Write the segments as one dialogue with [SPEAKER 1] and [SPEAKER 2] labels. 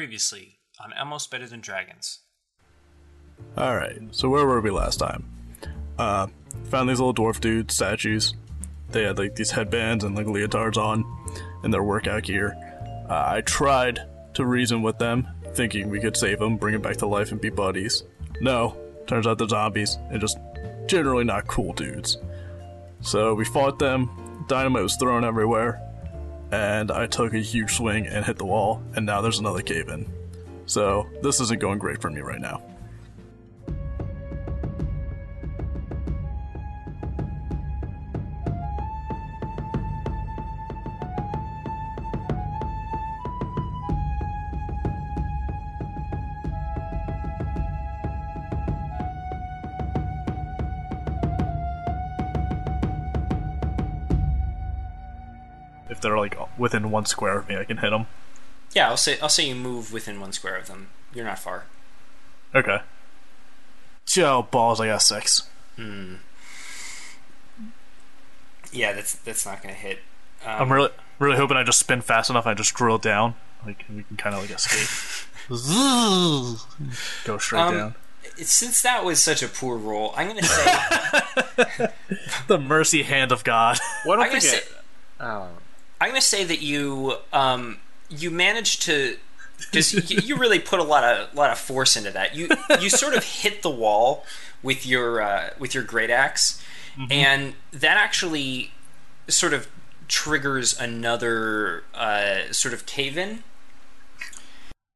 [SPEAKER 1] Previously on Almost Better Than Dragons.
[SPEAKER 2] All right. So where were we last time? Uh, found these little dwarf dude statues. They had like these headbands and like leotards on, and their workout gear. Uh, I tried to reason with them, thinking we could save them, bring them back to life, and be buddies. No, turns out they're zombies and just generally not cool dudes. So we fought them. Dynamite was thrown everywhere, and I took a huge swing and hit the wall. And now there's another cave in. So this isn't going great for me right now. If they're like within one square of me, I can hit them.
[SPEAKER 1] Yeah, I'll say I'll say you move within one square of them. You're not far.
[SPEAKER 2] Okay. Joe balls, I got six.
[SPEAKER 1] Yeah, that's that's not gonna hit. Um,
[SPEAKER 2] I'm really, really hoping I just spin fast enough. I just drill down, like and we can kind of like escape. Go straight
[SPEAKER 1] Um,
[SPEAKER 2] down.
[SPEAKER 1] it- since that was such a poor roll, I'm gonna say
[SPEAKER 2] The mercy hand of God.
[SPEAKER 3] Why
[SPEAKER 1] I'm
[SPEAKER 3] don't
[SPEAKER 1] gonna
[SPEAKER 3] we
[SPEAKER 1] say Oh.
[SPEAKER 3] get
[SPEAKER 1] I'm gonna say that you um you managed to just you, you really put a lot of lot of force into that. You you sort of hit the wall with your uh, with your great ax and that actually sort of triggers another uh, sort of cave in.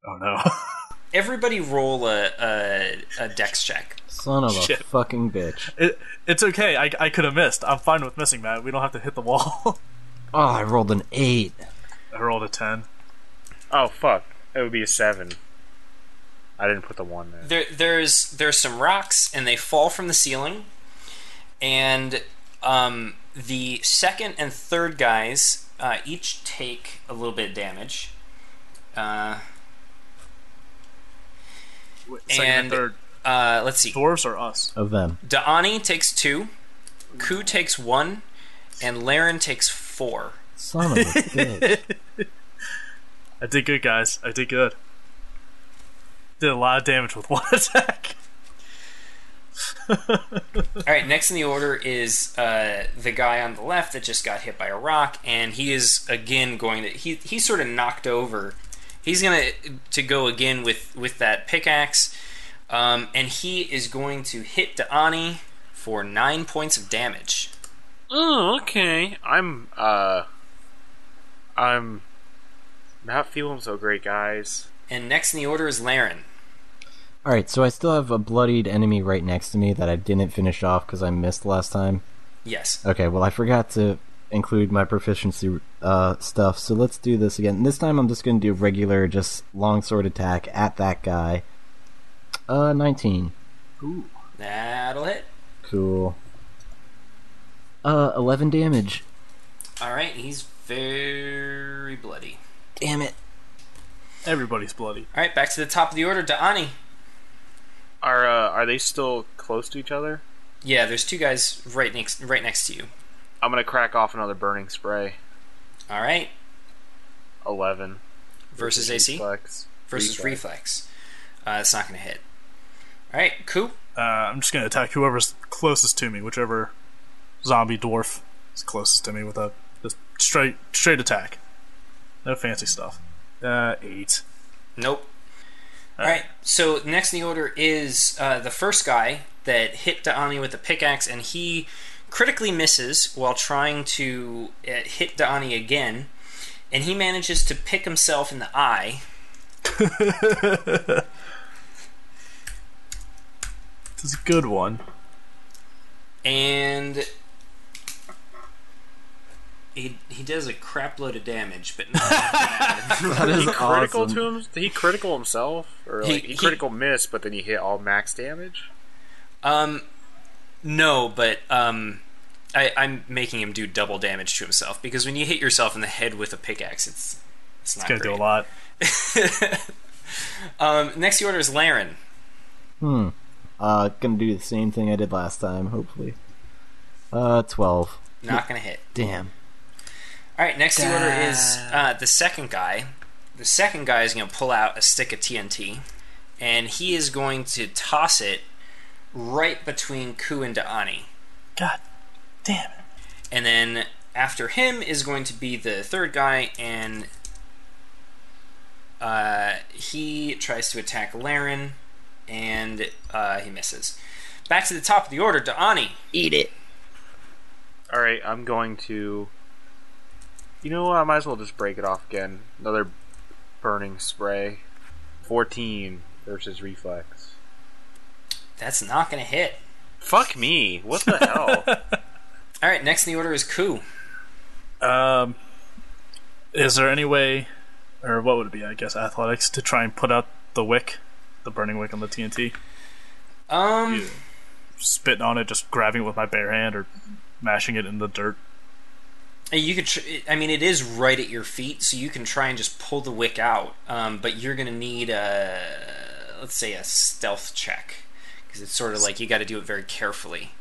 [SPEAKER 2] oh no!
[SPEAKER 1] Everybody roll a, a, a dex check.
[SPEAKER 4] Son of a
[SPEAKER 2] Shit.
[SPEAKER 4] fucking bitch.
[SPEAKER 2] It, it's okay. I, I could have missed. I'm fine with missing, Matt. We don't have to hit the wall.
[SPEAKER 4] Oh, I rolled an eight.
[SPEAKER 2] I rolled a ten.
[SPEAKER 3] Oh fuck. It would be a seven. I didn't put the one there.
[SPEAKER 1] There there's there's some rocks and they fall from the ceiling, and um, the second and third guys uh, each take a little bit of damage. Uh,
[SPEAKER 2] Second and,
[SPEAKER 1] And-
[SPEAKER 2] third
[SPEAKER 1] uh, let's see.
[SPEAKER 2] dwarves or us?
[SPEAKER 4] Of them.
[SPEAKER 1] Daani takes two, Ku takes one, and Laren takes four.
[SPEAKER 4] Son of a bitch.
[SPEAKER 2] I did good, guys. I did good. Did a lot of damage with one attack.
[SPEAKER 1] All right, next in the order is uh, the guy on the left that just got hit by a rock, and he is again going to he he's sort of knocked over. He's gonna to go again with with that pickaxe, um, and he is going to hit Daani for nine points of damage.
[SPEAKER 3] Oh, okay. I'm uh I'm not feeling so great, guys.
[SPEAKER 1] And next in the order is Laren.
[SPEAKER 4] Alright, so I still have a bloodied enemy right next to me that I didn't finish off because I missed last time.
[SPEAKER 1] Yes,
[SPEAKER 4] Okay, well, I forgot to include my proficiency uh, stuff, so let's do this again. This time I'm just going to do regular, just longsword attack at that guy. Uh, 19.
[SPEAKER 1] that'll hit.
[SPEAKER 4] Cool. Uh, 11 damage.
[SPEAKER 1] All right, he's very bloody.
[SPEAKER 4] Damn it.
[SPEAKER 2] Everybody's bloody.
[SPEAKER 1] All right, back to the top of the order, Daani.
[SPEAKER 3] Are uh, are they still close to each other?
[SPEAKER 1] Yeah, there's two guys right next right next to you.
[SPEAKER 3] I'm gonna crack off another burning spray.
[SPEAKER 1] All right,
[SPEAKER 3] Eleven.
[SPEAKER 1] versus AC.
[SPEAKER 3] Reflex.
[SPEAKER 1] versus
[SPEAKER 3] Reflex.
[SPEAKER 1] reflex. Uh, it's not going to hit. All right, cool.
[SPEAKER 2] Uh, I'm just gonna attack whoever's closest to me, whichever zombie dwarf is closest to me with a just straight straight attack. No fancy stuff. Uh, eight.
[SPEAKER 1] Nope. All right. So next in the order is uh, the first guy that hit Daani with a pickaxe, and he critically misses while trying to uh, hit Daani again, and he manages to pick himself in the eye.
[SPEAKER 2] This is a good one.
[SPEAKER 1] and he he does a crap load of damage, but not
[SPEAKER 4] That is
[SPEAKER 3] He critical
[SPEAKER 4] awesome.
[SPEAKER 3] to him. He critical himself, or
[SPEAKER 1] He-
[SPEAKER 3] like, he,
[SPEAKER 1] he-
[SPEAKER 3] critical miss, but then he hit all max damage.
[SPEAKER 1] um no, but um I, I'm making him do double damage to himself because when you hit yourself in the head with a pickaxe, it's it's not
[SPEAKER 2] It's gonna
[SPEAKER 1] great.
[SPEAKER 2] do a lot.
[SPEAKER 1] Um, next the order is Laren.
[SPEAKER 4] Uh, gonna do the same thing I did last time, hopefully. Uh, 12.
[SPEAKER 1] Not gonna hit.
[SPEAKER 4] Damn.
[SPEAKER 1] All right, next the order is uh, the second guy, the second guy is going to pull out a stick of TNT, and he is going to toss it right between Ku and Daani.
[SPEAKER 2] God damn it.
[SPEAKER 1] And then after him is going to be the third guy, and uh, he tries to attack Laren, and uh, he misses. Back to the top of the order, Daani.
[SPEAKER 5] Eat it.
[SPEAKER 3] All right, I'm going to. You know, what, I might as well just break it off again. Another burning spray. 14 versus reflex.
[SPEAKER 1] That's not going to hit.
[SPEAKER 3] Fuck me! What the hell?
[SPEAKER 1] All right, next in the order is Ku.
[SPEAKER 2] Um, is there any way, or what would it be? I guess athletics to try and put out the wick, the burning wick on the TNT.
[SPEAKER 1] Um,
[SPEAKER 2] Either spitting on it, just grabbing it with my bare hand, or mashing it in the dirt.
[SPEAKER 1] You could. Tr- I mean, it is right at your feet, so you can try and just pull the wick out. Um, but you're gonna need a let's say a stealth check because it's sort of like you got to do it very carefully.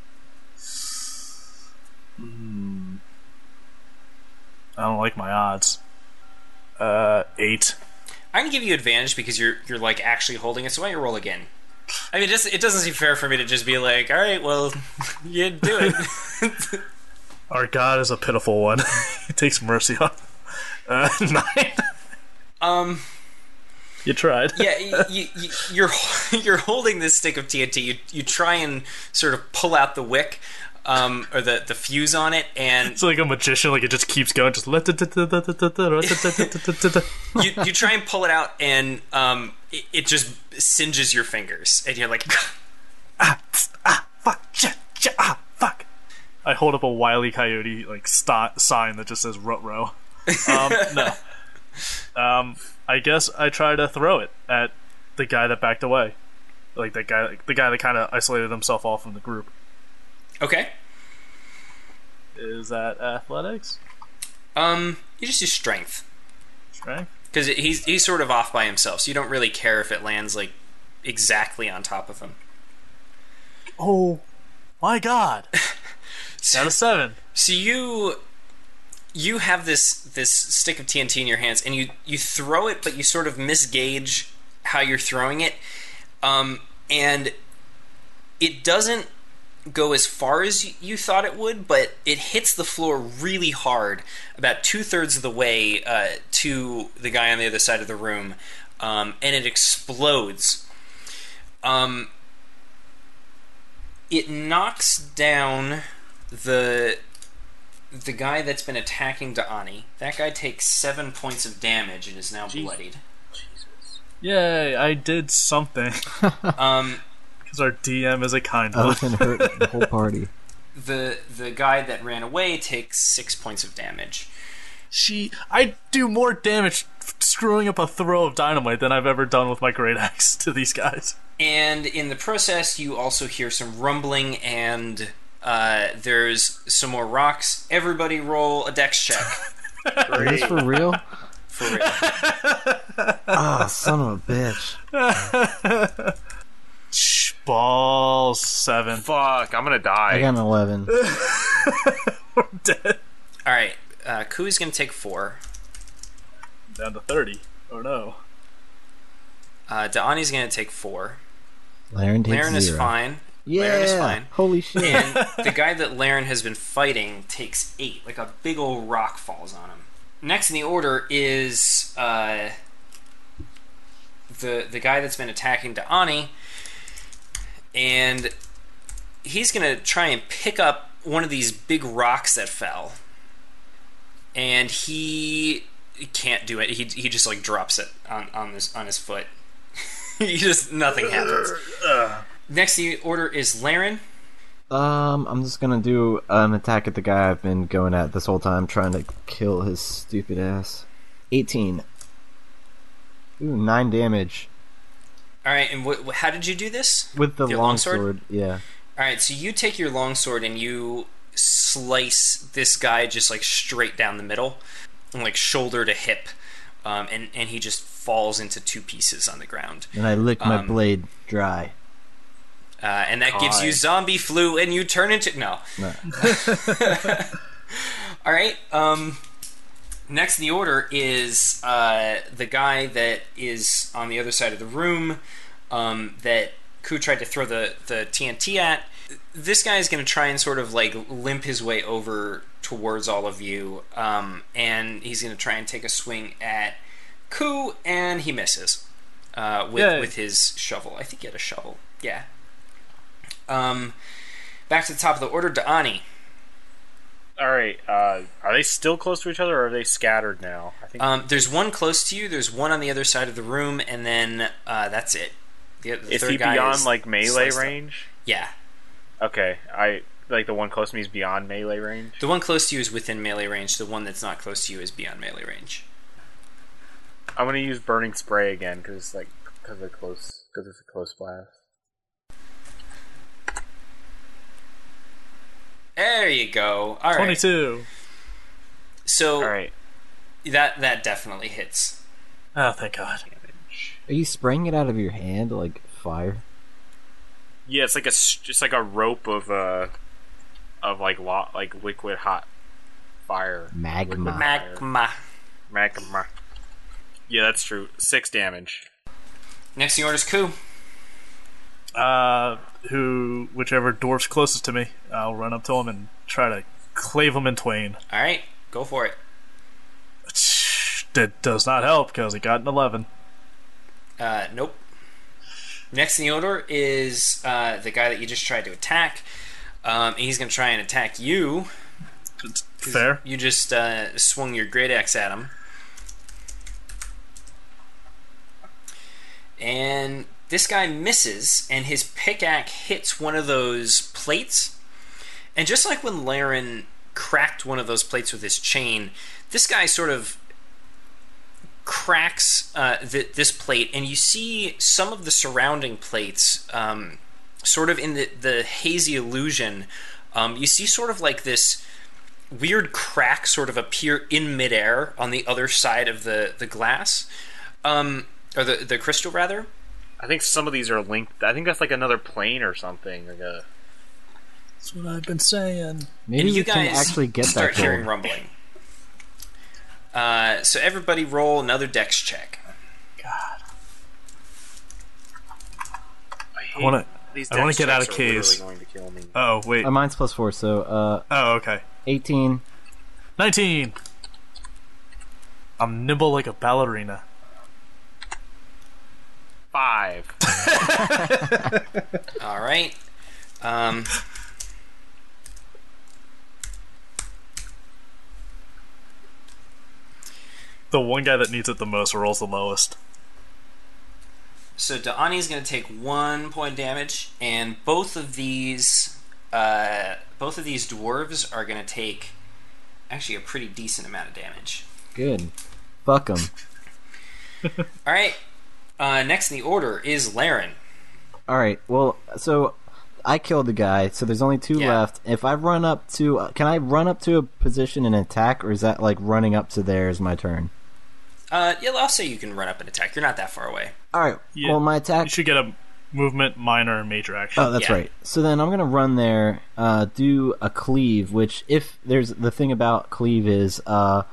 [SPEAKER 2] I don't like my odds. Uh, eight.
[SPEAKER 1] I'm gonna give you advantage because you're you're like actually holding it. So why don't you roll again? I mean, it just it doesn't seem fair for me to just be like, all right, well, you do it.
[SPEAKER 2] Our God is a pitiful one. he takes mercy on. Uh, nine.
[SPEAKER 1] um.
[SPEAKER 2] You tried.
[SPEAKER 1] yeah, y- y- y- you're you're holding this stick of TNT. You you try and sort of pull out the wick, um, or the the fuse on it, and
[SPEAKER 2] It's like a magician. Like it just keeps going. Just let. It's
[SPEAKER 1] you you try and pull it out, and um, it, it just singes your fingers, and you're like,
[SPEAKER 2] ah fuck shit, shit ah fuck. I hold up a wily coyote like st- sign that just says rut row. Um, no. Um, I guess I try to throw it at the guy that backed away, like that guy, the guy that kind of isolated himself off from the group.
[SPEAKER 1] okay,
[SPEAKER 2] Is that athletics?
[SPEAKER 1] um, you just use strength
[SPEAKER 2] Right.
[SPEAKER 1] because he's he's sort of off by himself, so you don't really care if it lands like exactly on top of him.
[SPEAKER 2] Oh my god! Got a seven.
[SPEAKER 1] So you you have this this stick of TNT in your hands, and you you throw it, but you sort of misgauge how you're throwing it, um, and it doesn't go as far as y- you thought it would, but it hits the floor really hard, about two thirds of the way uh, to the guy on the other side of the room, um, and it explodes. Um, it knocks down the the guy that's been attacking Daani. That guy takes seven points of damage and is now bloodied.
[SPEAKER 2] Yay! I did something
[SPEAKER 1] Um,
[SPEAKER 2] because our DM is a kind
[SPEAKER 4] I
[SPEAKER 2] one.
[SPEAKER 4] was gonna hurt the whole party.
[SPEAKER 1] the the guy that ran away takes six points of damage.
[SPEAKER 2] She, I do more damage f- screwing up a throw of dynamite than I've ever done with my great axe to these guys.
[SPEAKER 1] And in the process, you also hear some rumbling and uh, there's some more rocks. Everybody roll a dex check.
[SPEAKER 4] Is this for real?
[SPEAKER 1] For real.
[SPEAKER 4] Ah, son of a bitch.
[SPEAKER 2] Shh, ball seven.
[SPEAKER 3] Fuck, I'm gonna
[SPEAKER 4] I
[SPEAKER 3] die.
[SPEAKER 4] got an eleven.
[SPEAKER 2] Dead.
[SPEAKER 1] All right, uh, Kui's gonna take four.
[SPEAKER 2] Down to thirty. Oh no.
[SPEAKER 1] Uh, Daani's gonna take four.
[SPEAKER 4] Laren takes
[SPEAKER 1] Laren is
[SPEAKER 4] zero.
[SPEAKER 1] fine.
[SPEAKER 4] Yeah.
[SPEAKER 1] Laren is fine.
[SPEAKER 4] Holy shit.
[SPEAKER 1] and the guy that Laren has been fighting takes eight. Like a big old rock falls on him. Next in the order is uh, the the guy that's been attacking Daani, and he's gonna try and pick up one of these big rocks that fell, and he can't do it. He, he just like drops it on on this on his foot. he just nothing happens. Next in the order is Laren.
[SPEAKER 4] Um, I'm just gonna do an attack at the guy I've been going at this whole time, trying to kill his stupid ass. 18. Ooh, 9 damage.
[SPEAKER 1] All right, and wh- wh- how did you do this?
[SPEAKER 4] With the
[SPEAKER 1] Your
[SPEAKER 4] long
[SPEAKER 1] longsword?
[SPEAKER 4] sword, yeah.
[SPEAKER 1] All right, so you take your longsword and you slice this guy just like straight down the middle, and, like shoulder to hip, um, and and he just falls into two pieces on the ground,
[SPEAKER 4] And I lick my
[SPEAKER 1] Um,
[SPEAKER 4] blade dry.
[SPEAKER 1] uh, and that gives you
[SPEAKER 3] God.
[SPEAKER 1] zombie flu, and you turn into no.
[SPEAKER 4] No.
[SPEAKER 1] All right, um, Next in the order is uh, the guy that is on the other side of the room um, that Ku tried to throw the, the TNT at. This guy is going to try and sort of like limp his way over towards all of you, um, and he's going to try and take a swing at Ku, and he misses uh, with,
[SPEAKER 2] Yay.
[SPEAKER 1] with his shovel. I think he had a shovel. Yeah. Um, back to the top of the order, Daani.
[SPEAKER 3] All right. Uh, are they still close to each other, or are they scattered now? I think
[SPEAKER 1] Um, there's one close to you. There's one on the other side of the room, and then uh, that's it. The, the
[SPEAKER 3] is
[SPEAKER 1] third
[SPEAKER 3] he
[SPEAKER 1] guy
[SPEAKER 3] beyond
[SPEAKER 1] is
[SPEAKER 3] like melee
[SPEAKER 1] sliced up.
[SPEAKER 3] range?
[SPEAKER 1] Yeah,
[SPEAKER 3] Okay, I like the one close to me is beyond melee range.
[SPEAKER 1] the one close to you is within melee range. The one that's not close to you is beyond melee range.
[SPEAKER 3] I'm gonna use burning spray again because it's like because they're close because it's a close blast.
[SPEAKER 1] There you go. All right.
[SPEAKER 2] 22.
[SPEAKER 1] So
[SPEAKER 3] All right,
[SPEAKER 1] that that definitely hits.
[SPEAKER 2] Oh, thank God.
[SPEAKER 3] damage.
[SPEAKER 4] Are you spraying it out of your hand like fire?
[SPEAKER 3] Yeah, it's like a s- just like a rope of uh of like lo- like liquid hot fire
[SPEAKER 4] Magma.
[SPEAKER 1] Magma.
[SPEAKER 3] magma. Yeah, that's true. Six damage.
[SPEAKER 1] Next in order is Ku.
[SPEAKER 2] Uh, who, whichever dwarf's closest to me, I'll run up to him and try to clave him in twain.
[SPEAKER 1] All right, go for it.
[SPEAKER 2] That does not help because he got an 11.
[SPEAKER 1] Uh, nope. Next in the order is uh, the guy that you just tried to attack. Um, and he's going to try and attack you.
[SPEAKER 2] It's fair.
[SPEAKER 1] You just uh, swung your great axe at him. And this guy misses, and his pickaxe hits one of those plates. And just like when Laren cracked one of those plates with his chain, this guy sort of cracks uh, th- this plate, and you see some of the surrounding plates, um, sort of in the, the hazy illusion. Um, you see sort of like this weird crack sort of appear in midair on the other side of the the glass, um, or the the crystal rather.
[SPEAKER 3] I think some of these are linked. I think that's like another plane or something. Like a
[SPEAKER 2] That's what I've been saying.
[SPEAKER 4] Maybe
[SPEAKER 1] and you
[SPEAKER 4] we can
[SPEAKER 1] guys
[SPEAKER 4] actually get
[SPEAKER 1] start
[SPEAKER 4] that
[SPEAKER 1] hearing
[SPEAKER 4] gold.
[SPEAKER 1] rumbling. Uh, so everybody roll another dex check.
[SPEAKER 3] I,
[SPEAKER 2] wanna-
[SPEAKER 3] hate- these
[SPEAKER 2] I wanna
[SPEAKER 3] dex
[SPEAKER 2] get out
[SPEAKER 3] checks
[SPEAKER 2] of
[SPEAKER 3] are literally
[SPEAKER 2] caves.
[SPEAKER 3] Going to kill me.
[SPEAKER 2] Oh, wait.
[SPEAKER 4] Uh, mine's plus four, so uh,
[SPEAKER 2] oh, okay.
[SPEAKER 4] 18.
[SPEAKER 2] 19. I'm nimble like a ballerina.
[SPEAKER 3] Five.
[SPEAKER 1] All right. Um,
[SPEAKER 2] The one guy that needs it the most rolls the lowest.
[SPEAKER 1] so Daani's going to take one point damage, and both of these uh, both of these dwarves are going to take actually a pretty decent amount of damage.
[SPEAKER 4] Good. Fuck them.
[SPEAKER 1] All right. Uh, next in the order is Laren.
[SPEAKER 4] All right. Well, so I killed the guy, so there's only two
[SPEAKER 1] Yeah.
[SPEAKER 4] left. If I run up to, uh, can I run up to a position and attack, or is that like running up to there is my turn?
[SPEAKER 1] Uh, yeah, I'll say you can run up and attack. You're not that far away.
[SPEAKER 4] All right.
[SPEAKER 2] Yeah.
[SPEAKER 4] Well, my
[SPEAKER 2] You
[SPEAKER 4] attack.
[SPEAKER 2] should get a movement, minor, and major action.
[SPEAKER 4] Oh, that's
[SPEAKER 1] Yeah.
[SPEAKER 4] right. So then I'm gonna run there, uh, do a cleave. Which, if there's the thing about cleave is, uh,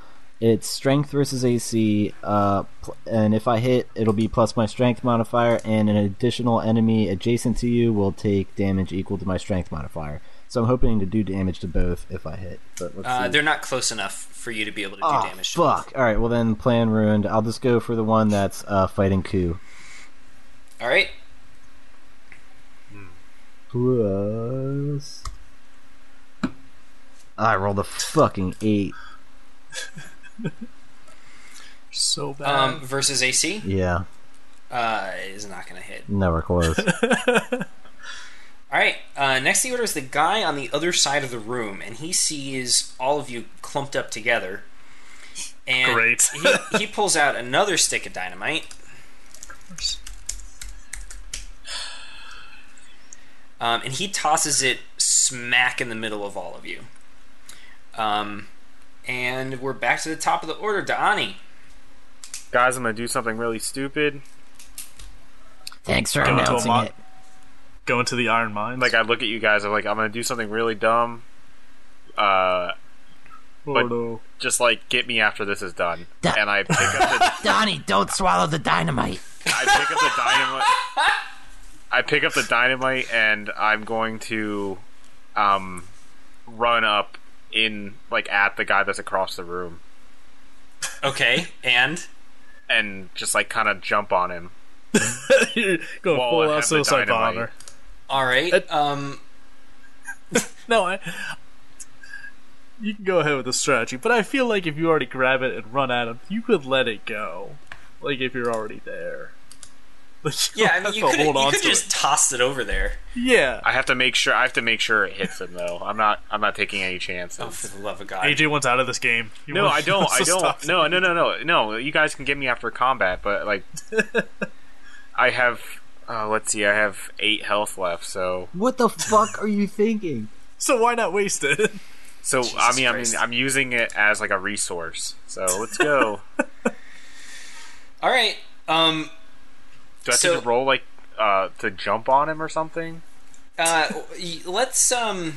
[SPEAKER 4] it's strength versus AC, uh, pl- and if I hit, it'll be plus my strength modifier, and an additional enemy adjacent to you will take damage equal to my strength modifier. So I'm hoping to do damage to both if I hit. But let's
[SPEAKER 1] Uh,
[SPEAKER 4] see.
[SPEAKER 1] they're not close enough for you to be able to do
[SPEAKER 4] Oh,
[SPEAKER 1] damage. to them.
[SPEAKER 4] Hmm. fuck. All right. Well, then plan ruined. I'll just go for the one that's uh, fighting coup.
[SPEAKER 1] All right.
[SPEAKER 4] Plus. I rolled a fucking eight.
[SPEAKER 2] So bad.
[SPEAKER 1] Um, versus AC
[SPEAKER 4] Yeah,
[SPEAKER 1] uh, is not going to hit.
[SPEAKER 4] never close.
[SPEAKER 1] All right. Uh, next in the order is the guy on the other side of the room, and he sees all of you clumped up together. And
[SPEAKER 2] Great.
[SPEAKER 1] he, he pulls out another stick of dynamite. Um, and he tosses it smack in the middle of all of you. Um, and we're back to the top of the order, Daani.
[SPEAKER 3] Guys, I'm gonna do something really stupid.
[SPEAKER 4] Thanks for
[SPEAKER 2] Go into a
[SPEAKER 4] announcing
[SPEAKER 2] mon-
[SPEAKER 4] it.
[SPEAKER 2] Go into the iron mines.
[SPEAKER 3] Like I look at you guys, I'm like, I'm gonna do something really dumb. Uh,
[SPEAKER 2] Oh no.
[SPEAKER 3] Just like get me after this is done, and I pick up the
[SPEAKER 4] Donnie, don't swallow the dynamite.
[SPEAKER 3] I pick up the dynamite. I pick up the dynamite, and I'm going to, um, run up in like at the guy that's across the room,
[SPEAKER 1] Okay, and
[SPEAKER 3] and just like kind of jump on him.
[SPEAKER 2] You're going
[SPEAKER 3] Well, I
[SPEAKER 2] full out
[SPEAKER 3] have the
[SPEAKER 2] suicide
[SPEAKER 3] dynamite.
[SPEAKER 2] bomber.
[SPEAKER 1] all
[SPEAKER 2] Uh,
[SPEAKER 1] right. Um,
[SPEAKER 2] No, I. You can go ahead with the strategy, but I feel like if you already grab it and run at him, you could let it go. Like if you're already there. Like, you
[SPEAKER 1] yeah, I
[SPEAKER 2] don't
[SPEAKER 1] mean, you
[SPEAKER 2] have to
[SPEAKER 1] could
[SPEAKER 2] hold
[SPEAKER 1] you
[SPEAKER 2] on
[SPEAKER 1] could
[SPEAKER 2] to
[SPEAKER 1] just toss it over there.
[SPEAKER 2] it. Yeah.
[SPEAKER 3] I have to make sure. I have to make sure it hits him though. I'm not. I'm not taking any chances.
[SPEAKER 1] Oh, for the love of God!
[SPEAKER 2] AJ wants out of this game. He
[SPEAKER 3] No,
[SPEAKER 2] wants-
[SPEAKER 3] I don't.
[SPEAKER 2] wants
[SPEAKER 3] I
[SPEAKER 2] to stop
[SPEAKER 3] don't. No, no, no, no, no. You guys can get me after combat, but like, I have. Uh, let's see. I have eight health left, so
[SPEAKER 4] What the fuck are you thinking?
[SPEAKER 2] So why not waste it?
[SPEAKER 3] so I mean, I mean,
[SPEAKER 1] Christ.
[SPEAKER 3] I'm using it as like a resource. So let's go.
[SPEAKER 1] All right. Um,
[SPEAKER 3] Do I have
[SPEAKER 1] So-
[SPEAKER 3] to just roll like uh, to jump on him or something?
[SPEAKER 1] uh, y- let's um,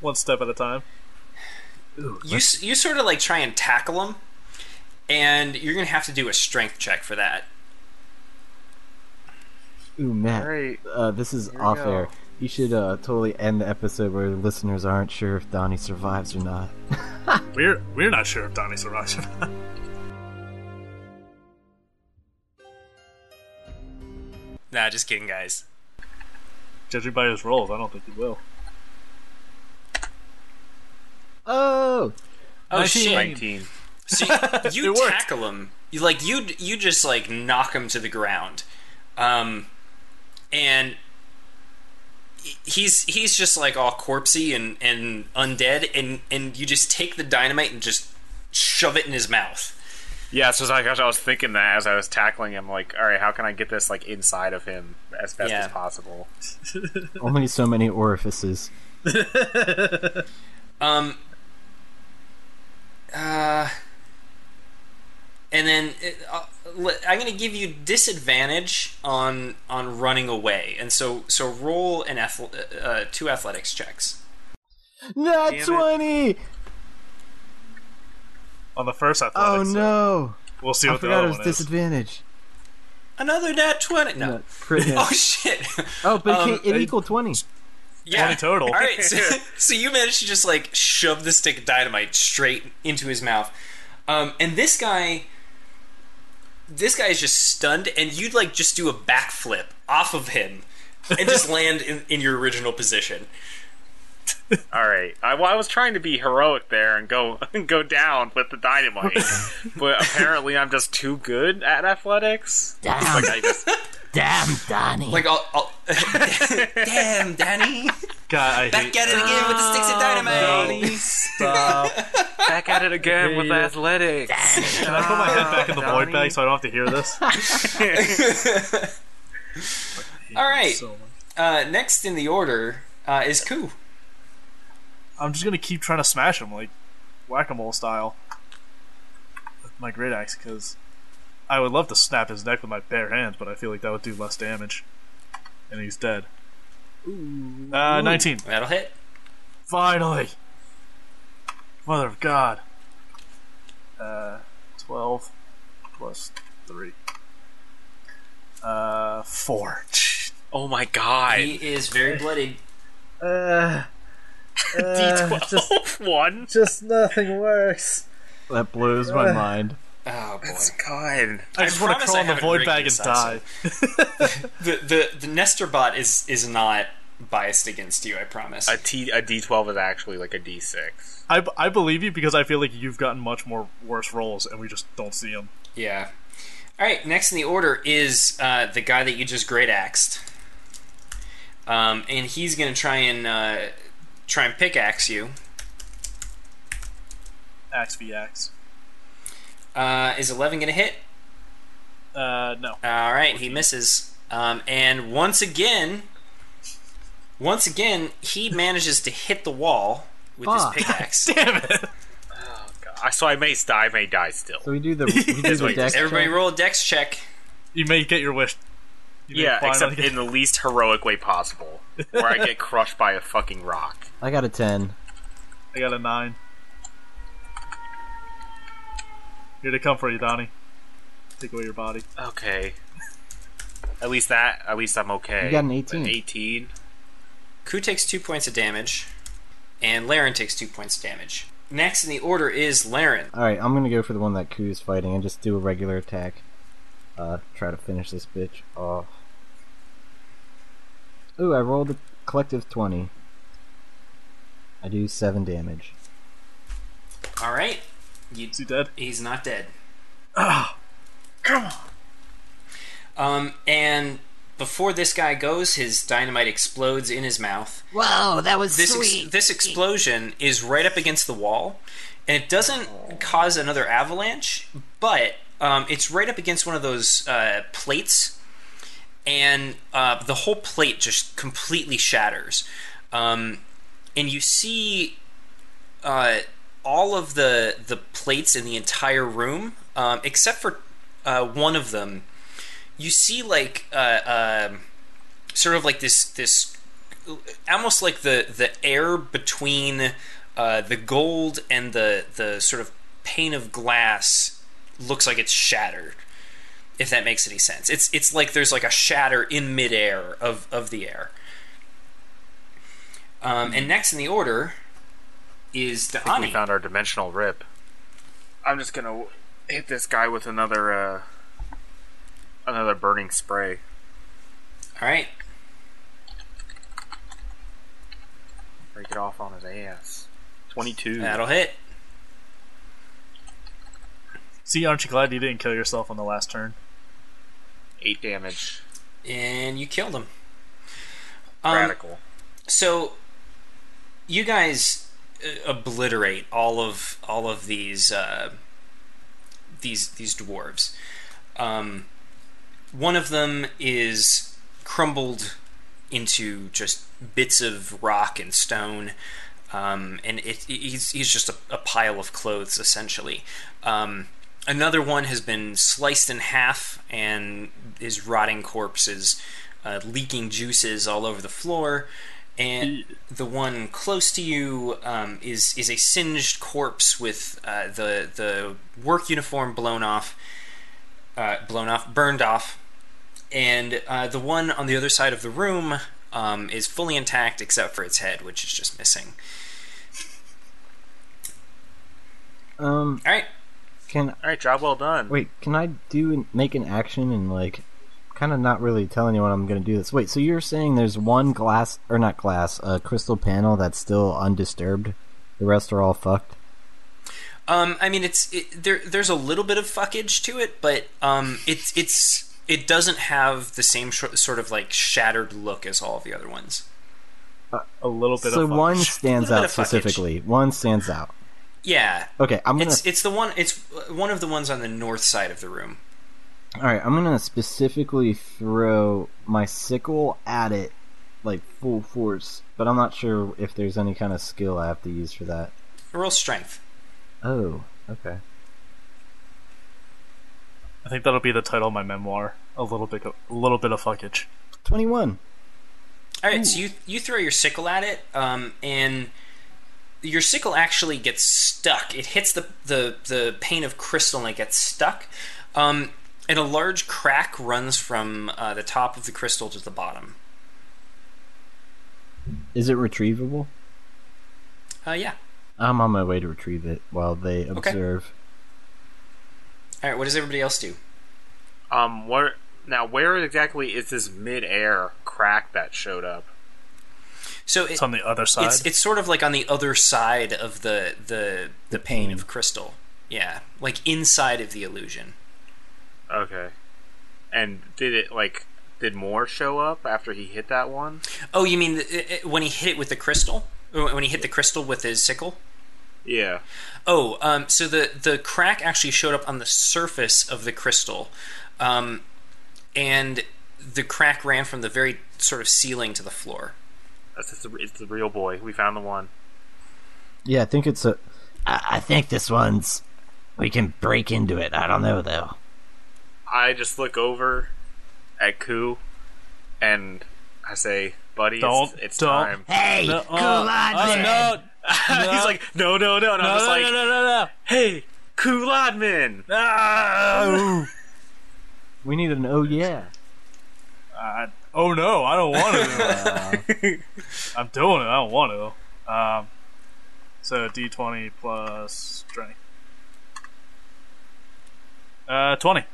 [SPEAKER 2] One step at a time.
[SPEAKER 1] you s- you sort of like try and tackle him, and you're gonna have to do a strength check for that.
[SPEAKER 4] Ooh, Matt.
[SPEAKER 3] All right.
[SPEAKER 4] Uh, this is
[SPEAKER 3] Here we
[SPEAKER 4] off
[SPEAKER 3] go.
[SPEAKER 4] air. You should uh, totally end the episode where listeners aren't sure if Donnie survives or not.
[SPEAKER 2] We're we're not sure if Donnie Sriracha.
[SPEAKER 1] Nah, just kidding, guys.
[SPEAKER 2] Judging by his rolls, I don't think he will.
[SPEAKER 4] Oh,
[SPEAKER 1] Oh
[SPEAKER 2] Nineteen.
[SPEAKER 1] shit!
[SPEAKER 3] Nineteen.
[SPEAKER 1] So you, you
[SPEAKER 2] It worked.
[SPEAKER 1] tackle him. You like you you just like knock him to the ground, um, and he- he's he's just like all corpsey and and undead, and and you just take the dynamite and just shove it in his mouth.
[SPEAKER 3] Yeah. So like, I was thinking that as I was tackling him, like, all right, how can I get this like inside of him as fast
[SPEAKER 1] Yeah.
[SPEAKER 3] as possible?
[SPEAKER 4] only so many orifices.
[SPEAKER 1] Um, uh, and then uh, uh, I'm going to give you disadvantage on on running away, and so so roll an ath- uh, two athletics checks.
[SPEAKER 4] Not
[SPEAKER 3] Damn it.
[SPEAKER 4] twenty.
[SPEAKER 2] On the first athletic.
[SPEAKER 4] Oh no!
[SPEAKER 2] We'll see
[SPEAKER 4] I
[SPEAKER 2] what the
[SPEAKER 4] forgot
[SPEAKER 2] other
[SPEAKER 4] it was
[SPEAKER 2] one is.
[SPEAKER 4] disadvantage.
[SPEAKER 1] Another nat twenty. No.
[SPEAKER 4] No, crit
[SPEAKER 1] Oh
[SPEAKER 4] hit.
[SPEAKER 1] shit.
[SPEAKER 4] Oh, but
[SPEAKER 1] Um,
[SPEAKER 4] it, ca- it
[SPEAKER 2] I-
[SPEAKER 4] equaled twenty.
[SPEAKER 1] Yeah.
[SPEAKER 2] 20 total.
[SPEAKER 1] All right. So, so you managed to just like shove the stick of dynamite straight into his mouth, um, and this guy, this guy is just stunned, and you'd like just do a backflip off of him and just land in, in your original position.
[SPEAKER 3] All right. I, well, I was trying to be heroic there and go and go down with the dynamite, but apparently I'm just too good at athletics. Like I just,
[SPEAKER 4] Damn, Donnie.
[SPEAKER 1] Like, I'll, I'll damn, Danny,
[SPEAKER 2] God, I
[SPEAKER 1] back
[SPEAKER 2] hate
[SPEAKER 1] at it again with the sticks of dynamite.
[SPEAKER 2] Stop.
[SPEAKER 3] back at it again with athletics.
[SPEAKER 2] Can I put my head back in the void
[SPEAKER 3] Donnie.
[SPEAKER 2] bag so I don't have to hear this?
[SPEAKER 1] All right.
[SPEAKER 2] So much.
[SPEAKER 1] Uh, next in the order uh, is Koo.
[SPEAKER 2] I'm just gonna keep trying to smash him like whack-a-mole style with my great axe because I would love to snap his neck with my bare hands, but I feel like that would do less damage, and he's dead. Uh, 19.
[SPEAKER 1] That'll hit.
[SPEAKER 2] Finally, mother of God. Uh, 12 plus three. Uh, four.
[SPEAKER 3] Oh my god.
[SPEAKER 1] He is very bloodied.
[SPEAKER 2] Uh,
[SPEAKER 3] D12 one.
[SPEAKER 2] just nothing works.
[SPEAKER 4] that blows my mind.
[SPEAKER 1] Oh boy.
[SPEAKER 3] God.
[SPEAKER 2] I just want to
[SPEAKER 1] promise I
[SPEAKER 2] crawl in the
[SPEAKER 1] haven't
[SPEAKER 2] void
[SPEAKER 1] rigged
[SPEAKER 2] bag and
[SPEAKER 1] this
[SPEAKER 2] die.
[SPEAKER 1] episode. The the the Nestor bot is is not biased against you. I promise.
[SPEAKER 3] A T a D12 is actually like a D6.
[SPEAKER 2] I, I believe you because I feel like you've gotten much more worse roles and we just don't see them.
[SPEAKER 1] yeah. All right. Next in the order is uh, the guy that you just great axed, um, and he's gonna try and uh, try and pickaxe you.
[SPEAKER 2] Axe v axe.
[SPEAKER 1] Uh, is eleven gonna hit?
[SPEAKER 2] Uh, no.
[SPEAKER 1] All right, he misses. Um, and once again, once again, he manages to hit the wall with
[SPEAKER 4] Fuck.
[SPEAKER 1] his pickaxe.
[SPEAKER 2] Damn it!
[SPEAKER 3] I, so I may die. I may die still.
[SPEAKER 4] So we do the we do the
[SPEAKER 3] Wait,
[SPEAKER 4] deck.
[SPEAKER 1] Everybody,
[SPEAKER 4] check.
[SPEAKER 1] roll a dex check.
[SPEAKER 2] You may get your wish. You may
[SPEAKER 3] yeah,
[SPEAKER 2] finally
[SPEAKER 3] except
[SPEAKER 2] get-
[SPEAKER 3] in the least heroic way possible, where I get crushed by a fucking rock.
[SPEAKER 4] I got a ten.
[SPEAKER 2] I got a nine.
[SPEAKER 5] Here they come for you, Donnie. Take away your body.
[SPEAKER 3] Okay. At least that. At least I'm okay.
[SPEAKER 4] You got an 18.
[SPEAKER 3] An 18.
[SPEAKER 1] Ku takes two points of damage, and Laren takes two points of damage. Next in the order is Laren.
[SPEAKER 4] All right, I'm gonna go for the one that Ku's fighting and just do a regular attack. Uh, try to finish this bitch off. Ooh, I rolled a collective twenty. I do seven damage.
[SPEAKER 1] All right, you,
[SPEAKER 5] Is he dead?
[SPEAKER 1] he's not dead.
[SPEAKER 5] Come on.
[SPEAKER 1] Um, and before this guy goes, his dynamite explodes in his mouth.
[SPEAKER 4] Whoa, that was
[SPEAKER 1] This ex- this explosion is right up against the wall, and it doesn't cause another avalanche, but um, it's right up against one of those uh, plates, and uh, the whole plate just completely shatters. Um, and you see uh, all of the the plates in the entire room, um, except for uh, one of them. You see, like uh, um sort of like this this almost like the the air between uh, the gold and the the sort of pane of glass looks like it's shattered. If that makes any sense, it's it's like there's like a shatter in midair of of the air. Um, and next in the order is
[SPEAKER 3] I think we
[SPEAKER 1] Daani.
[SPEAKER 3] found our dimensional rip. I'm just gonna hit this guy with another uh, another burning spray.
[SPEAKER 1] All right,
[SPEAKER 3] Break it off on his ass. 22.
[SPEAKER 1] that'll hit.
[SPEAKER 5] See, aren't you glad you didn't kill yourself on the last turn?
[SPEAKER 3] Eight damage.
[SPEAKER 1] and you killed him. Um,
[SPEAKER 3] Radical.
[SPEAKER 1] so you guys uh, obliterate all of all of these uh, these these dwarves. Um, one of them is crumbled into just bits of rock and stone, um, and it, he's, he's just a, a pile of clothes essentially. Um, another one has been sliced in half, and his rotting corpse is uh, leaking juices all over the floor. And the one close to you um, is is a singed corpse with uh, the the work uniform blown off, uh, blown off, burned off, and uh, the one on the other side of the room um, is fully intact except for its head, which is just missing.
[SPEAKER 4] Um,
[SPEAKER 1] All right,
[SPEAKER 4] can
[SPEAKER 3] All right, job well done.
[SPEAKER 4] wait? Can I do an- make an action and like, kind of not really tell anyone I'm gonna do this? Wait, so you're saying there's one glass or not glass, a crystal panel that's still undisturbed. The rest are all fucked.
[SPEAKER 1] Um, I mean, it's it, there. There's a little bit of fuckage to it, but um, it's it's it doesn't have the same sh- sort of like shattered look as all of the other ones.
[SPEAKER 5] A little bit
[SPEAKER 4] So
[SPEAKER 5] of
[SPEAKER 4] one
[SPEAKER 5] fuck.
[SPEAKER 4] stands
[SPEAKER 1] Little bit
[SPEAKER 4] out
[SPEAKER 1] of fuckage.
[SPEAKER 4] specifically. One stands out.
[SPEAKER 1] Yeah,
[SPEAKER 4] Okay, I'm gonna.
[SPEAKER 1] it's it's the one. It's uh, one of the ones on the north side of the room.
[SPEAKER 4] All right, I'm gonna specifically throw my sickle at it, like full force. But I'm not sure if there's any kind of skill I have to use for that.
[SPEAKER 1] Roll strength.
[SPEAKER 4] Oh, okay.
[SPEAKER 5] I think that'll be the title of my memoir. A little bit, of, a little bit of fuckage.
[SPEAKER 4] Twenty-one.
[SPEAKER 1] All right, so you you throw your sickle at it, um, and your sickle actually gets stuck. It hits the the the pane of crystal and it gets stuck. Um, and a large crack runs from uh, the top of the crystal to the bottom.
[SPEAKER 4] Is it retrievable?
[SPEAKER 1] Uh, yeah.
[SPEAKER 4] I'm on my way to retrieve it while they observe.
[SPEAKER 1] All right. What does everybody else do?
[SPEAKER 3] Um, where now? Where exactly is this mid-air crack that showed up?
[SPEAKER 1] So it,
[SPEAKER 5] It's on the other side.
[SPEAKER 1] it's it's sort of like on the other side of the the the pane of crystal. Yeah, like inside of the illusion.
[SPEAKER 3] Okay. And did it like? Did more show up after he hit that one?
[SPEAKER 1] Oh, you mean the, it, when he hit it with the crystal? When he hit the crystal with his sickle?
[SPEAKER 3] Yeah.
[SPEAKER 1] Oh, um, so the the crack actually showed up on the surface of the crystal, um, and the crack ran from the very sort of ceiling to the floor.
[SPEAKER 3] That's it's the, it's the real boy. We found the one.
[SPEAKER 4] Yeah, I think it's a. I, I think this one's. We can break into it. I don't know though.
[SPEAKER 3] I just look over at Ku, and I say, "Buddy,
[SPEAKER 5] Don't-
[SPEAKER 3] it's, it's
[SPEAKER 5] don't.
[SPEAKER 3] time."
[SPEAKER 4] Hey,
[SPEAKER 5] No,
[SPEAKER 4] come
[SPEAKER 5] uh,
[SPEAKER 4] on
[SPEAKER 5] uh,
[SPEAKER 4] there.
[SPEAKER 5] no,
[SPEAKER 3] He's like, "No, no, no," and I'm
[SPEAKER 5] no,
[SPEAKER 3] just
[SPEAKER 5] no,
[SPEAKER 3] like,
[SPEAKER 5] no, no, no, no.
[SPEAKER 3] "Hey, Kuladmin!
[SPEAKER 5] Ah,
[SPEAKER 4] We need an oh yeah.
[SPEAKER 5] I- oh no, I don't want to.
[SPEAKER 1] Uh.
[SPEAKER 5] I'm doing it. I don't want to. Um, so d20 plus strength. Uh, 20.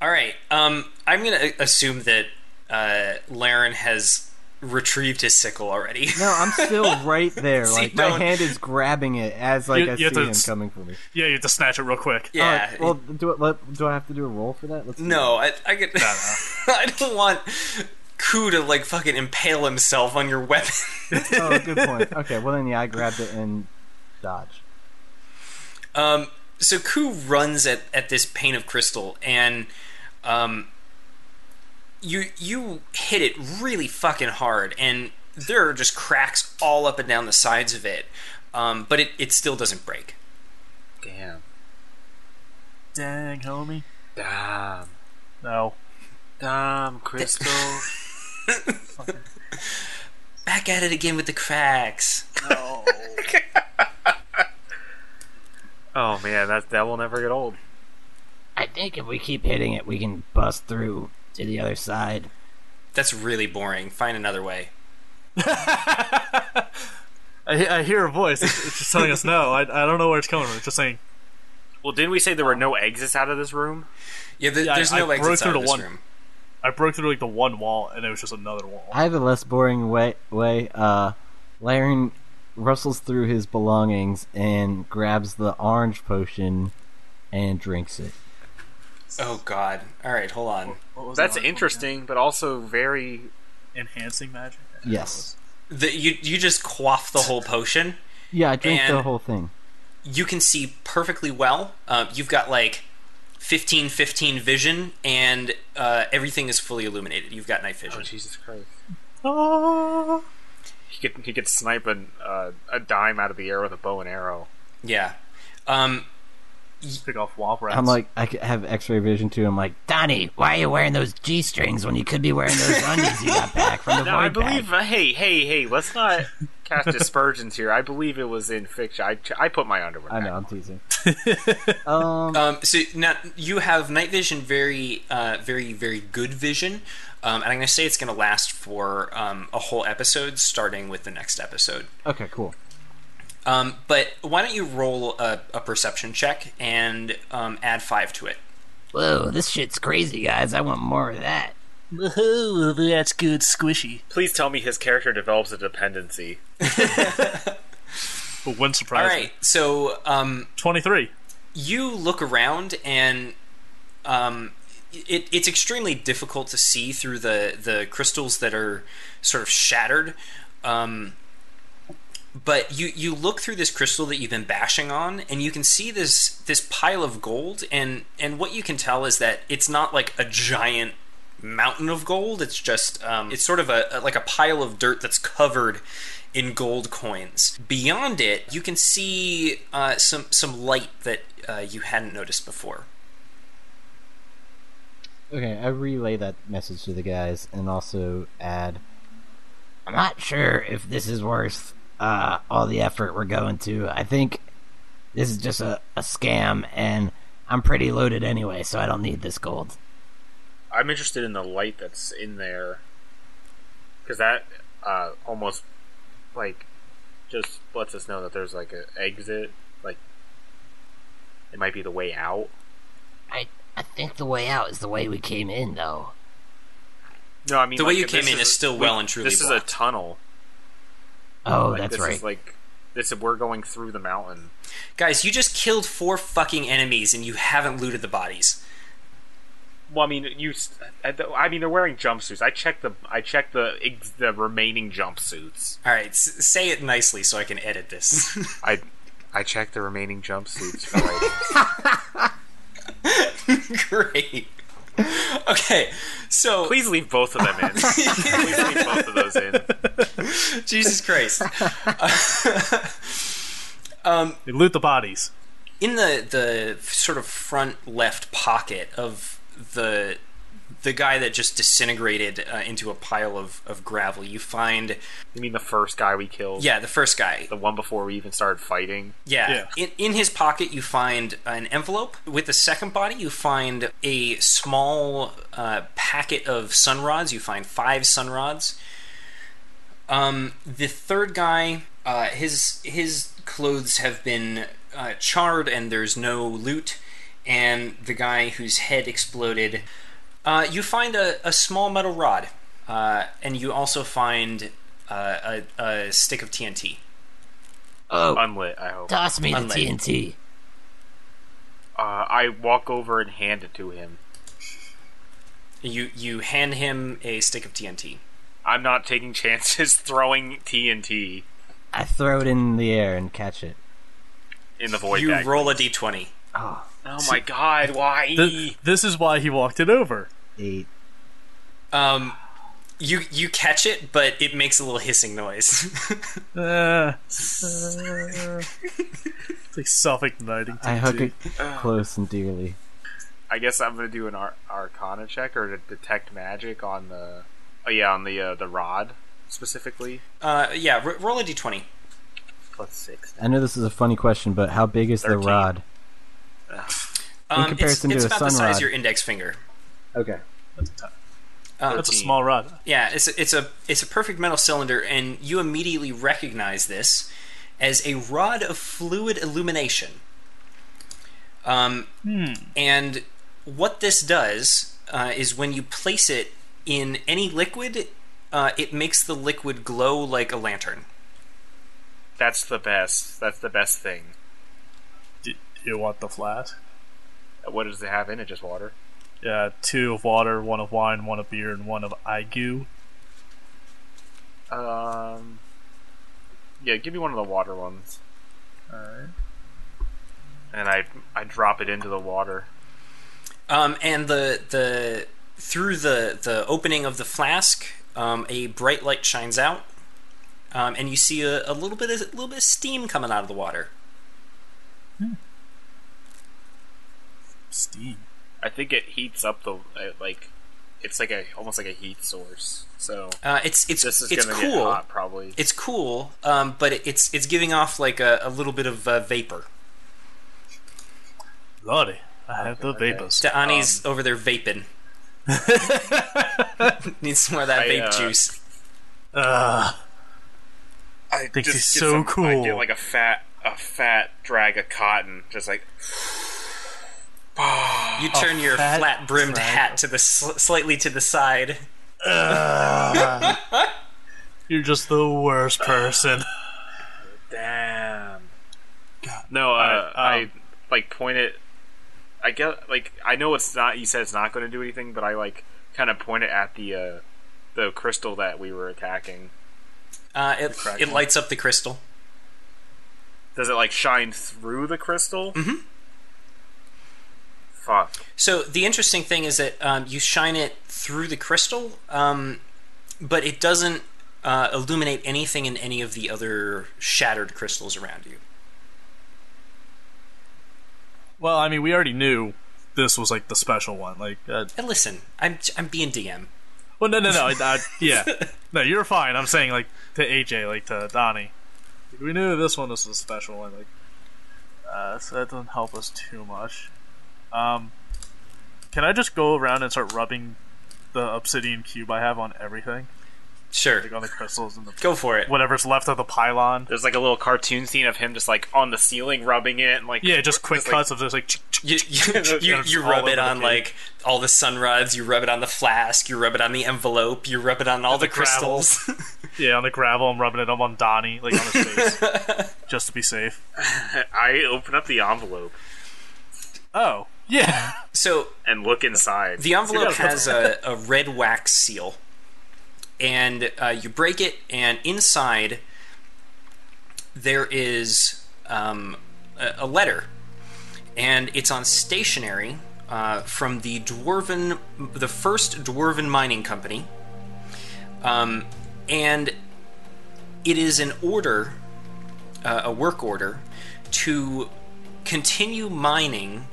[SPEAKER 1] All right. Um, I'm gonna assume that uh, Laren has retrieved his sickle already.
[SPEAKER 4] No, I'm still right there.
[SPEAKER 1] See,
[SPEAKER 4] Like my
[SPEAKER 1] don't-
[SPEAKER 4] hand is grabbing it as like
[SPEAKER 5] You-
[SPEAKER 4] I
[SPEAKER 5] you have
[SPEAKER 4] see
[SPEAKER 5] to
[SPEAKER 4] him
[SPEAKER 5] s-
[SPEAKER 4] coming for me.
[SPEAKER 5] Yeah, you have to snatch it real quick.
[SPEAKER 1] yeah.
[SPEAKER 4] Alright, well, do it, let, do I have to do a roll for that? Let's do
[SPEAKER 1] no, I, I could.
[SPEAKER 5] no.
[SPEAKER 1] I don't want Ku to like fucking impale himself on your weapon.
[SPEAKER 4] it. Oh, good point. Okay, well then yeah, I grabbed it and dodge.
[SPEAKER 1] Um, so Ku runs at, at this pane of crystal, and um, you you hit it really fucking hard, and there are just cracks all up and down the sides of it, um, but it, it still doesn't break.
[SPEAKER 3] Damn.
[SPEAKER 5] Dang, homie.
[SPEAKER 3] Damn.
[SPEAKER 5] No.
[SPEAKER 3] Damn, Crystal.
[SPEAKER 1] Back at it again with the cracks.
[SPEAKER 5] No.
[SPEAKER 3] oh man, that, that will never get old.
[SPEAKER 6] I think if we keep hitting it, we can bust through to the other side.
[SPEAKER 1] That's really boring. Find another way.
[SPEAKER 5] I, he- I hear a voice. It's, it's just telling us no. I, I don't know where it's coming from. It's just saying,
[SPEAKER 3] Well, didn't we say there were no exits out of this room?
[SPEAKER 1] Yeah, th-
[SPEAKER 5] Yeah, I-
[SPEAKER 1] there's no
[SPEAKER 5] I broke
[SPEAKER 1] exits
[SPEAKER 5] through
[SPEAKER 1] out
[SPEAKER 5] the
[SPEAKER 1] of this
[SPEAKER 5] one.
[SPEAKER 1] room.
[SPEAKER 5] I broke through like the one wall and it was just another wall.
[SPEAKER 4] I have a less boring way. Way, uh, Laren rustles through his belongings and grabs the orange potion and drinks it.
[SPEAKER 1] Oh God! All right, hold on.
[SPEAKER 5] What was
[SPEAKER 3] That's
[SPEAKER 5] that one?
[SPEAKER 3] interesting, but also very. oh,
[SPEAKER 5] Enhancing magic?
[SPEAKER 4] Yes.
[SPEAKER 1] The, you you just quaff the whole potion.
[SPEAKER 4] Yeah, I drank the
[SPEAKER 1] And-
[SPEAKER 4] whole thing.
[SPEAKER 1] you can see perfectly well. Uh, you've got like 15 15 vision, and uh, everything is fully illuminated. You've got night vision.
[SPEAKER 3] Oh, Jesus Christ.
[SPEAKER 1] Ah.
[SPEAKER 5] Oh.
[SPEAKER 3] He could, he could snipe an, uh, a dime out of the air with a bow and arrow.
[SPEAKER 1] yeah. Um,
[SPEAKER 5] Pick off womp rats.
[SPEAKER 4] I'm like, I c- have X-ray vision too. I'm like,
[SPEAKER 6] Donnie, why are you wearing those G strings when you could be wearing those undies you got back from the
[SPEAKER 3] No, I
[SPEAKER 6] void bag?
[SPEAKER 3] believe. uh, hey, hey, hey! Let's not cast aspersions here. I believe it was in fiction. I, I put my underwear.
[SPEAKER 4] I
[SPEAKER 3] back.
[SPEAKER 4] know, I'm teasing. um,
[SPEAKER 1] um, so now you have night vision, very, uh, very, very good vision. Um, and I'm going to say it's going to last for um, a whole episode, starting with the next episode.
[SPEAKER 4] okay, cool.
[SPEAKER 1] Um, but why don't you roll a, a perception check and um, add five to it?
[SPEAKER 6] Whoa, this shit's crazy, guys. I want more of that.
[SPEAKER 5] Oh, that's good squishy.
[SPEAKER 3] Please tell me his character develops a dependency.
[SPEAKER 5] But wouldn't surprise
[SPEAKER 1] All
[SPEAKER 5] me.
[SPEAKER 1] right. So um,
[SPEAKER 5] 23.
[SPEAKER 1] you look around and um, it, it's extremely difficult to see through the, the crystals that are sort of shattered. Um, but you, you look through this crystal that you've been bashing on, and you can see this this pile of gold. And, and what you can tell is that it's not like a giant mountain of gold. It's just um, it's sort of a, a- like a pile of dirt that's covered in gold coins. Beyond it, you can see uh, some some light that uh, you hadn't noticed before.
[SPEAKER 4] Okay, I relay that message to the guys and also add.
[SPEAKER 6] I'm not sure if this is worth uh, all the effort we're going to. I think this is just a, a scam, and I'm pretty loaded anyway, so I don't need this gold.
[SPEAKER 3] I'm interested in the light that's in there because that uh, almost like just lets us know that there's like an exit. Like it might be the way out.
[SPEAKER 6] I I think the way out is the way we came in, though.
[SPEAKER 3] No, I mean
[SPEAKER 1] The way
[SPEAKER 3] like,
[SPEAKER 1] you
[SPEAKER 3] this
[SPEAKER 1] came in is still well and truly
[SPEAKER 3] This
[SPEAKER 1] blocked.
[SPEAKER 3] is a tunnel.
[SPEAKER 6] Oh,
[SPEAKER 3] Like,
[SPEAKER 6] that's
[SPEAKER 3] this
[SPEAKER 6] right.
[SPEAKER 3] Is like this, we're going through the mountain.
[SPEAKER 1] Guys, you just killed four fucking enemies, and you haven't looted the bodies.
[SPEAKER 3] Well, I mean, you. s- I I mean, they're wearing jumpsuits. I checked the. I checked the ex- the remaining jumpsuits.
[SPEAKER 1] All right, s- say it nicely so I can edit this.
[SPEAKER 3] I I checked the remaining jumpsuits. For like,
[SPEAKER 1] Great. Okay, so
[SPEAKER 3] Please leave both of them in. Please leave both of those in.
[SPEAKER 1] Jesus Christ.
[SPEAKER 5] They loot the bodies.
[SPEAKER 1] in the the sort of front left pocket of the the guy that just disintegrated uh, into a pile of, of gravel. You find,
[SPEAKER 3] You mean the first guy we killed?
[SPEAKER 1] yeah, the first guy.
[SPEAKER 3] The one before we even started fighting.
[SPEAKER 1] Yeah. In, in his pocket, you find an envelope. With the second body, you find a small uh, packet of sun rods. You find five sun rods. Um, the third guy, uh, his his clothes have been uh, charred, and there's no loot. And the guy whose head exploded, uh, you find a, a small metal rod, uh, and you also find uh, a, a stick of TNT.
[SPEAKER 7] Oh,
[SPEAKER 3] Unlit, I hope. Uh,
[SPEAKER 7] toss me the
[SPEAKER 1] Unlike-
[SPEAKER 7] TNT.
[SPEAKER 3] I walk over and hand it to him.
[SPEAKER 1] You you hand him a stick of TNT.
[SPEAKER 3] I'm not taking chances throwing TNT
[SPEAKER 7] I
[SPEAKER 4] Throw it in the air and catch it.
[SPEAKER 3] in the void
[SPEAKER 1] you
[SPEAKER 3] bag.
[SPEAKER 1] roll a d20.
[SPEAKER 3] oh my god, why?
[SPEAKER 2] Th- this is why he walked it over.
[SPEAKER 4] Eight.
[SPEAKER 1] Um, you you catch it, but it makes a little hissing noise.
[SPEAKER 2] Uh, uh, it's like self-igniting.
[SPEAKER 4] I hook
[SPEAKER 2] TNT.
[SPEAKER 4] it
[SPEAKER 3] Ah.
[SPEAKER 4] close and dearly.
[SPEAKER 3] I guess I'm gonna do an Ar- Arcana check or to detect magic on the. Oh yeah, on the uh, the rod specifically.
[SPEAKER 1] uh, yeah, r- roll a d20.
[SPEAKER 3] Plus six.
[SPEAKER 4] I know this is a funny question, but how big is the
[SPEAKER 3] Thirteen.
[SPEAKER 4] rod?
[SPEAKER 1] Um,
[SPEAKER 4] comparison to
[SPEAKER 1] it's, it's
[SPEAKER 4] a
[SPEAKER 1] about the
[SPEAKER 4] sun
[SPEAKER 1] size
[SPEAKER 4] rod.
[SPEAKER 1] of your index finger.
[SPEAKER 4] Okay.
[SPEAKER 2] That's a, t-
[SPEAKER 1] Um,
[SPEAKER 2] that's a small rod.
[SPEAKER 1] yeah, it's a, it's a it's a perfect metal cylinder, and you immediately recognize this as a rod of fluid illumination. Um, And what this does uh, is when you place it in any liquid, uh, it makes the liquid glow like a lantern.
[SPEAKER 3] That's the best. That's the best thing.
[SPEAKER 2] Do, do you want the flat?
[SPEAKER 3] Uh, What does it have in it? Just water.
[SPEAKER 2] Yeah, two of water, one of wine, one of beer, and one of igu.
[SPEAKER 3] Um. Yeah, give me one of the water ones,
[SPEAKER 2] Alright.
[SPEAKER 3] and I I drop it into the water.
[SPEAKER 1] Um, and the the through the the opening of the flask, um, a bright light shines out, um, and you see a, a little bit of, a little bit of steam coming out of the water.
[SPEAKER 2] Steam.
[SPEAKER 3] I think it heats up the uh, like. It's like a almost like a heat source. So
[SPEAKER 1] Uh, it's it's
[SPEAKER 3] this is
[SPEAKER 1] it's
[SPEAKER 3] gonna get
[SPEAKER 1] cool.
[SPEAKER 3] hot probably.
[SPEAKER 1] It's cool, um, but it, it's it's giving off like a, a little bit of uh, vapor.
[SPEAKER 2] Lordy, I have the
[SPEAKER 3] Okay, okay.
[SPEAKER 2] vapors.
[SPEAKER 3] Um.
[SPEAKER 1] Ani's over there vaping. Needs some more of that
[SPEAKER 3] I,
[SPEAKER 1] vape
[SPEAKER 3] uh,
[SPEAKER 1] juice.
[SPEAKER 2] Ugh.
[SPEAKER 3] I
[SPEAKER 2] Thinks
[SPEAKER 3] just
[SPEAKER 2] he's
[SPEAKER 3] get
[SPEAKER 2] so
[SPEAKER 3] some- I
[SPEAKER 2] cool.
[SPEAKER 3] get like a fat, a fat drag of cotton, just like
[SPEAKER 1] You turn your
[SPEAKER 2] fat
[SPEAKER 1] flat brimmed hat to the sl- slightly to the side.
[SPEAKER 2] You're just the worst person.
[SPEAKER 3] damn. No, uh,
[SPEAKER 2] Alright, um,
[SPEAKER 3] I like point it. I get like I know it's not. You said it's not going to do anything, but I like kind of point it at the uh, the crystal that we were attacking.
[SPEAKER 1] Uh, it, it lights up the crystal.
[SPEAKER 3] Does it like shine through the crystal? Mm-hmm. Fuck.
[SPEAKER 1] So the interesting thing is that um, you shine it through the crystal, um, but it doesn't uh, illuminate anything in any of the other shattered crystals around you.
[SPEAKER 2] Well, I mean, we already knew this was like the special one. Like, uh,
[SPEAKER 1] And listen, I'm I'm being DM.
[SPEAKER 2] well, no, no, no. I, I, yeah, no, you're fine. I'm saying like to AJ, like to Donnie. Like, we knew this one was the special one. Like, uh, so that doesn't help us too much. Um, can I just go around and start rubbing the obsidian cube I have on everything,
[SPEAKER 1] Sure,
[SPEAKER 2] like on the crystals and the
[SPEAKER 1] go for it.
[SPEAKER 2] whatever's left of the pylon?
[SPEAKER 3] There's like a little cartoon scene of him just like on the ceiling rubbing it and like
[SPEAKER 2] Yeah, just quick
[SPEAKER 3] like-
[SPEAKER 2] cuts of just like.
[SPEAKER 1] You you, you,
[SPEAKER 2] It's
[SPEAKER 1] you
[SPEAKER 2] all
[SPEAKER 1] rub
[SPEAKER 2] over
[SPEAKER 1] it
[SPEAKER 2] the
[SPEAKER 1] on
[SPEAKER 2] page.
[SPEAKER 1] like all the sun rods. You rub it on the flask. You rub it on the envelope. You rub it on all the,
[SPEAKER 2] gravel.
[SPEAKER 1] crystals.
[SPEAKER 2] Yeah, on the gravel, I'm rubbing it up on Donnie, like on his face, just to be safe.
[SPEAKER 3] I open up the envelope
[SPEAKER 2] Oh, yeah.
[SPEAKER 1] so
[SPEAKER 3] and look inside.
[SPEAKER 1] The envelope has a, a red wax seal, and uh, you break it, and inside there is um, a, a letter, and it's on stationery uh, from the dwarven, the first dwarven mining company, um, and it is an order, uh, a work order, to continue mining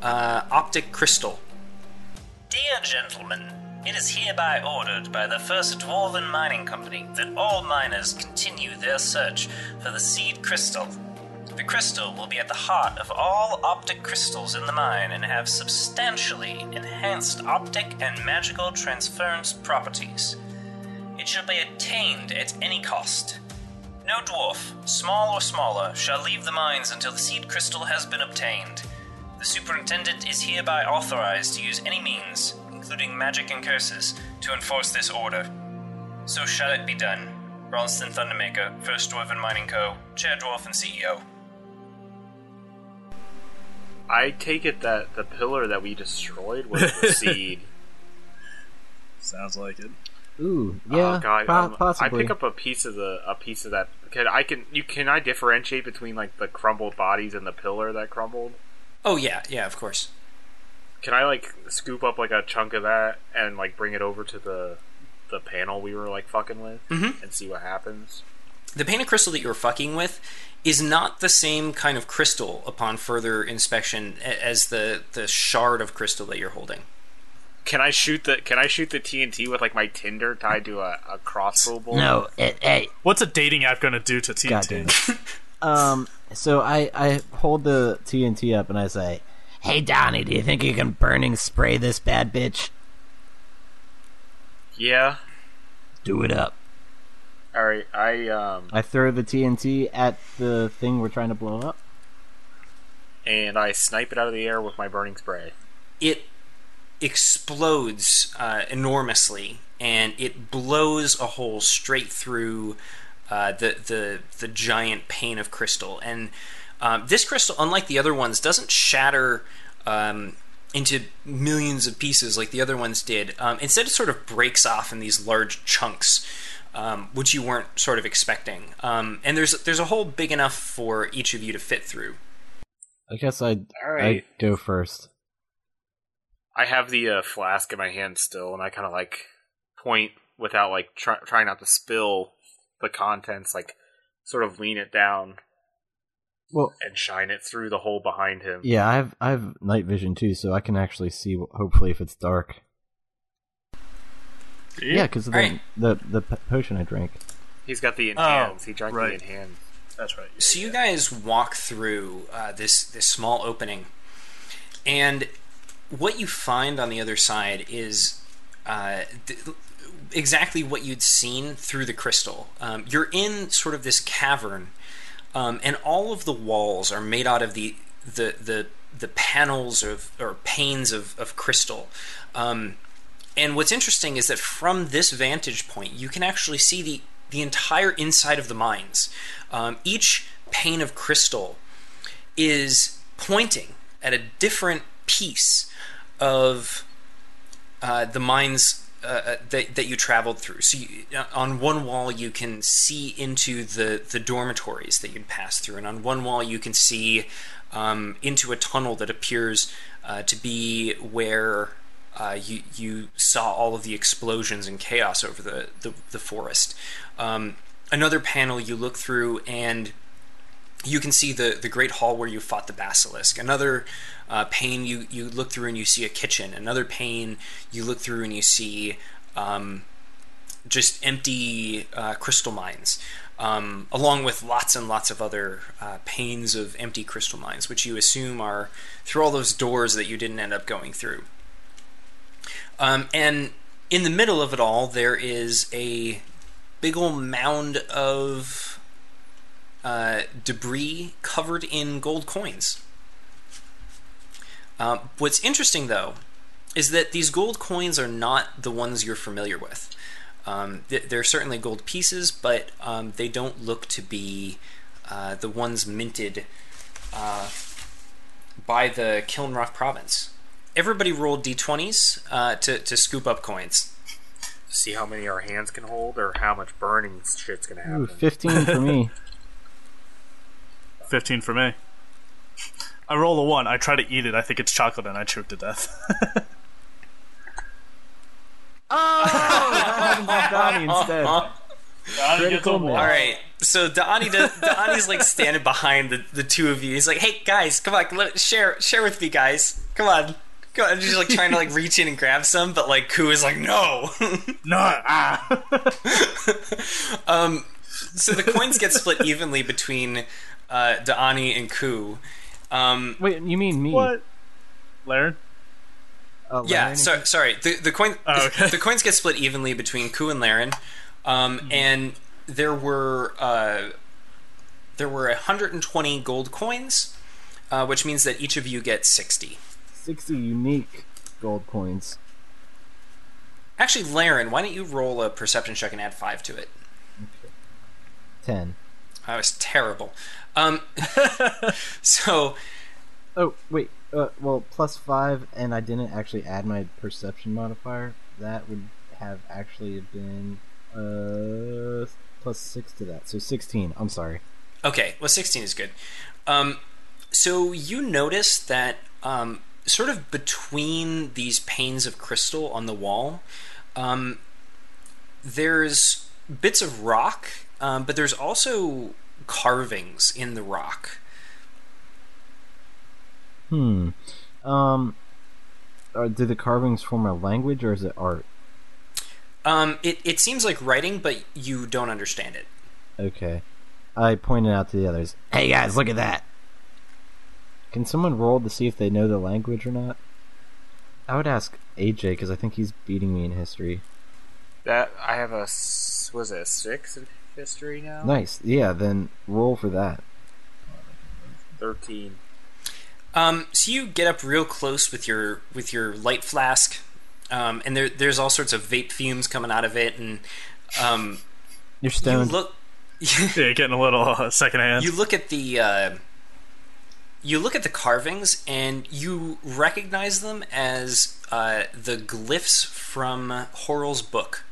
[SPEAKER 1] uh, optic crystal
[SPEAKER 8] Dear gentlemen, it is hereby ordered by the First Dwarven Mining Company that all miners continue their search for the seed crystal. The crystal will be at the heart of all optic crystals in the mine and have substantially enhanced optic and magical transference properties. It shall be obtained at any cost. No dwarf, small or smaller, shall leave the mines until the seed crystal has been obtained. The superintendent is hereby authorized to use any means, including magic and curses, to enforce this order. So shall it be done. Bronston Thundermaker, First Dwarven Mining Co., Chair Dwarf and E CEO.
[SPEAKER 3] I take it that the pillar that we destroyed was the seed.
[SPEAKER 5] Sounds like it.
[SPEAKER 4] Ooh, yeah,
[SPEAKER 3] oh god,
[SPEAKER 4] po-
[SPEAKER 3] um, I
[SPEAKER 4] possibly.
[SPEAKER 3] pick up a piece of the a piece of that. Can I can you can I differentiate between like the crumbled bodies and the pillar that crumbled?
[SPEAKER 1] Oh yeah, yeah, of course.
[SPEAKER 3] Can I like scoop up like a chunk of that and like bring it over to the the panel we were like fucking with and see what happens?
[SPEAKER 1] The painted crystal that you're fucking with is not the same kind of crystal upon further inspection a- as the the shard of crystal that you're holding.
[SPEAKER 3] Can I shoot the Can I shoot the TNT with like my tinder tied to a, a crossbow bolt?
[SPEAKER 6] No, it, hey,
[SPEAKER 5] What's a dating app gonna do to
[SPEAKER 4] God damn
[SPEAKER 5] TNT?
[SPEAKER 4] it. um, so I I hold the TNT up and I say,
[SPEAKER 6] hey, Donnie, do you think you can burning spray this bad bitch?
[SPEAKER 3] Yeah.
[SPEAKER 6] Do it up.
[SPEAKER 3] All right. I um
[SPEAKER 4] I throw the TNT at the thing we're trying to blow up.
[SPEAKER 3] and I snipe it out of the air with my burning spray.
[SPEAKER 1] It explodes uh, enormously and it blows a hole straight through uh, the the the giant pane of crystal. And um, this crystal, unlike the other ones, doesn't shatter. Um, into millions of pieces like the other ones did. Um, instead, it sort of breaks off in these large chunks, um, which you weren't sort of expecting. Um, and there's there's a hole big enough for each of you to fit through.
[SPEAKER 4] I guess I
[SPEAKER 3] All
[SPEAKER 4] I go first.
[SPEAKER 3] I have the uh, flask in my hand still, and I kind of like point without like try- trying not to spill the contents, like sort of lean it down
[SPEAKER 4] Well,
[SPEAKER 3] and shine it through the hole behind him.
[SPEAKER 4] yeah, I have I have night vision too, so I can actually see. wh- Hopefully, if it's dark. Yeah, because of the,
[SPEAKER 1] Alright.
[SPEAKER 4] the the p- potion I drank.
[SPEAKER 3] He's got the
[SPEAKER 5] Oh,
[SPEAKER 3] enhance. he drank
[SPEAKER 5] right.
[SPEAKER 3] the enhance.
[SPEAKER 5] That's right.
[SPEAKER 1] So you guys walk through uh, this this small opening, and what you find on the other side is uh, th- exactly what you'd seen through the crystal. Um, you're in sort of this cavern, um, and all of the walls are made out of the the the, the panels of or panes of of crystal. Um, and what's interesting is that from this vantage point, you can actually see the the entire inside of the mines. Um, each pane of crystal is pointing at a different piece of uh, the mines uh, uh, that, that you traveled through. So you, uh, on one wall you can see into the the dormitories that you'd pass through, and on one wall you can see um, into a tunnel that appears uh, to be where. Uh, you you saw all of the explosions and chaos over the the, the forest. Um, another panel you look through and you can see the the great hall where you fought the basilisk. Another uh, pane you you look through and you see a kitchen. Another pane you look through and you see um, just empty uh, crystal mines, um, along with lots and lots of other uh, panes of empty crystal mines, which you assume are through all those doors that you didn't end up going through. Um, and in the middle of it all, there is a big old mound of uh, debris covered in gold coins. Um, what's interesting, though, is that these gold coins are not the ones you're familiar with. Um, th- they're certainly gold pieces, but um, they don't look to be uh, the ones minted uh, by the Kiln Rock province. Everybody rolled d20s uh, to, to scoop up coins.
[SPEAKER 3] See how many our hands can hold, or how much burning shit's gonna happen.
[SPEAKER 4] Ooh, fifteen for me.
[SPEAKER 5] Fifteen for me. I roll a one. I try to eat it. I think it's chocolate, and I choke to death.
[SPEAKER 4] Donnie instead. Critical miss.
[SPEAKER 1] All right, so Donnie does, Donnie's like standing behind the, the two of you. He's like, "Hey guys, come on, let, share share with me, guys. Come on." God, I'm just like trying to like reach in and grab some, but like Ku is like, no.
[SPEAKER 5] No, ah.
[SPEAKER 1] um, so the coins get split evenly between uh, Daani and Ku. Um,
[SPEAKER 4] Wait, you mean me?
[SPEAKER 5] What? Laren?
[SPEAKER 4] Uh,
[SPEAKER 1] yeah,
[SPEAKER 4] Larry?
[SPEAKER 1] so, sorry. The the coin
[SPEAKER 5] Oh, okay.
[SPEAKER 1] the coins get split evenly between Ku and Laren, um,
[SPEAKER 5] Mm-hmm.
[SPEAKER 1] and there were uh, there were 120 gold coins, uh, which means that each of you get 60.
[SPEAKER 4] sixty unique gold coins.
[SPEAKER 1] Actually, Laren, why don't you roll a perception check and add five to it?
[SPEAKER 4] Ten.
[SPEAKER 1] That was terrible. Um, so
[SPEAKER 4] Oh wait, uh, well plus five, and I didn't actually add my perception modifier. That would have actually been uh plus six to that, so sixteen. I'm sorry.
[SPEAKER 1] Okay, well, 16 is good. Um, so you notice that um, sort of between these panes of crystal on the wall, um, there's bits of rock, um, but there's also carvings in the rock.
[SPEAKER 4] Hmm. Um. Are, do the carvings form a language or is it art?
[SPEAKER 1] Um, it, it seems like writing, but you don't understand it.
[SPEAKER 4] Okay. I pointed out to the others.
[SPEAKER 6] Hey guys, look at that.
[SPEAKER 4] Can someone roll to see if they know the language or not? I would ask AJ because I think he's beating me in history.
[SPEAKER 3] That I have a s- was it a six in history now?
[SPEAKER 4] Nice. Yeah, then roll for that.
[SPEAKER 3] Thirteen.
[SPEAKER 1] Um, so you get up real close with your with your light flask, um, and there, there's all sorts of vape fumes coming out of it, and um,
[SPEAKER 4] You're
[SPEAKER 1] you
[SPEAKER 4] stoned.
[SPEAKER 1] look.
[SPEAKER 5] Yeah, getting a little uh, secondhand.
[SPEAKER 1] you look at the uh, you look at the carvings and you recognize them as uh, the glyphs from Horrell's book.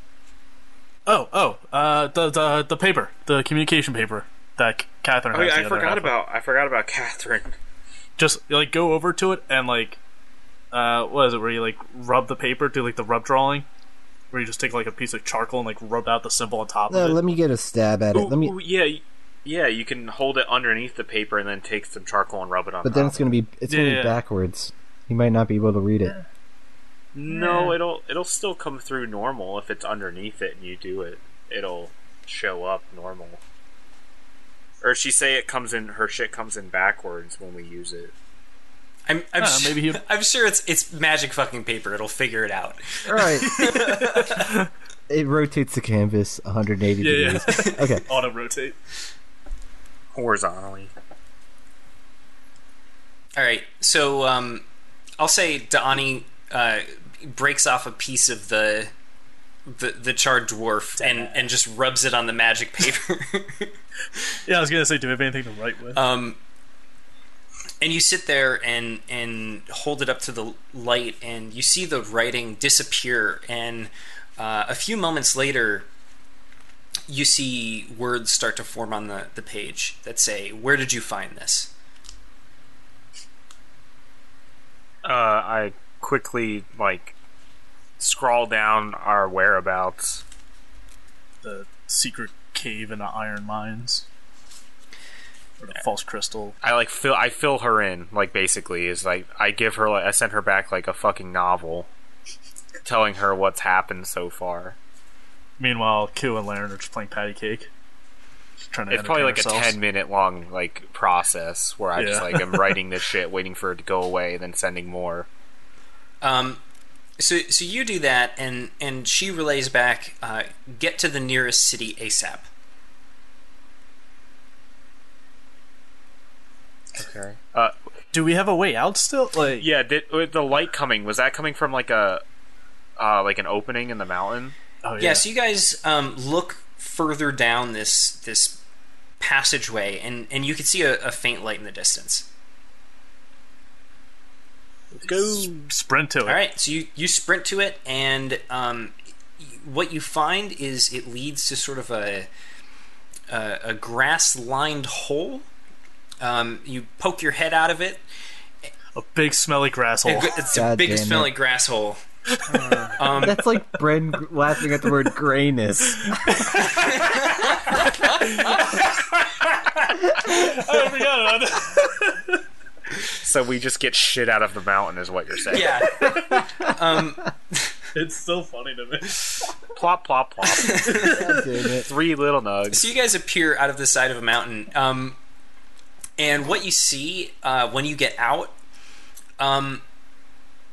[SPEAKER 5] Oh, oh, uh, the, the the paper, the communication paper that C- Catherine.
[SPEAKER 3] Oh
[SPEAKER 5] has
[SPEAKER 3] yeah,
[SPEAKER 5] the
[SPEAKER 3] I
[SPEAKER 5] other half
[SPEAKER 3] forgot
[SPEAKER 5] of.
[SPEAKER 3] about I forgot about Catherine.
[SPEAKER 5] Just like go over to it and like, uh, what is it? Where you like rub the paper, do like the rub drawing, where you just take like a piece of charcoal and like rub out the symbol on top
[SPEAKER 4] No,
[SPEAKER 5] of it.
[SPEAKER 4] Uh, let me get a stab at it.
[SPEAKER 3] Ooh,
[SPEAKER 4] Let me.
[SPEAKER 3] ooh, Oh, yeah, y- yeah. You can hold it underneath the paper and then take some charcoal and rub it on.
[SPEAKER 4] But then
[SPEAKER 3] top.
[SPEAKER 4] it's gonna be it's gonna
[SPEAKER 5] Yeah,
[SPEAKER 4] be
[SPEAKER 5] yeah.
[SPEAKER 4] backwards. He might not be able to read it.
[SPEAKER 3] no, it'll it'll still come through normal if it's underneath it and you do it. It'll show up normal. Or she say it comes in her shit comes in backwards when we use it.
[SPEAKER 1] I'm, I'm,
[SPEAKER 5] Ah,
[SPEAKER 1] su-
[SPEAKER 5] maybe he-
[SPEAKER 1] I'm sure it's it's magic fucking paper. It'll figure it out.
[SPEAKER 4] All right. it rotates the canvas 180
[SPEAKER 5] Yeah,
[SPEAKER 4] degrees. Okay.
[SPEAKER 5] Auto rotate.
[SPEAKER 3] Horizontally.
[SPEAKER 1] All right, so um, I'll say Daani uh, breaks off a piece of the the, the charred dwarf and and just rubs it on the magic paper.
[SPEAKER 5] Yeah, I was gonna say, do we have anything to write with?
[SPEAKER 1] Um, and you sit there and and hold it up to the light, and you see the writing disappear. And uh, a few moments later, you see words start to form on the the page that say, "Where did you find this?"
[SPEAKER 3] Uh, I quickly like scroll down our whereabouts.
[SPEAKER 5] the secret cave in the iron mines, or the false crystal.
[SPEAKER 3] I like fill I fill her in like basically is like I give her like I send her back like a fucking novel, telling her what's happened so far.
[SPEAKER 5] Meanwhile, Q and Laren are just playing patty cake. Just trying to
[SPEAKER 3] It's probably like
[SPEAKER 5] entertain
[SPEAKER 3] a
[SPEAKER 5] ourselves.
[SPEAKER 3] ten minute long like process where I just
[SPEAKER 5] Yeah.
[SPEAKER 3] like am writing this shit, waiting for it to go away, then sending more.
[SPEAKER 1] Um, so so you do that, and and she relays back, uh, "Get to the nearest city asap."
[SPEAKER 3] Okay. Uh,
[SPEAKER 5] Do we have a way out still? Like,
[SPEAKER 3] yeah. Did with the light coming was that coming from like a, uh, like an opening in the mountain?
[SPEAKER 5] oh, yeah.
[SPEAKER 1] yeah. so you guys um, look further down this this passageway and and you can see a, a faint light in the distance
[SPEAKER 5] go sprint to it.
[SPEAKER 1] all right so you you sprint to it and um, y- what you find is it leads to sort of a a, a grass lined hole um, you poke your head out of it
[SPEAKER 5] A big smelly grass hole.
[SPEAKER 1] it's the
[SPEAKER 4] God
[SPEAKER 1] biggest
[SPEAKER 4] damn
[SPEAKER 1] smelly grass hole
[SPEAKER 5] Um,
[SPEAKER 4] That's like Bren gr- laughing at the word grayness.
[SPEAKER 5] Oh I forgot about that.
[SPEAKER 3] so we just get shit out of the mountain, is what you're saying.
[SPEAKER 1] Yeah. um,
[SPEAKER 5] It's still funny to me.
[SPEAKER 3] Plop, plop, plop. Three little nugs.
[SPEAKER 1] So you guys appear out of the side of a mountain, um, and what you see uh, when you get out, um,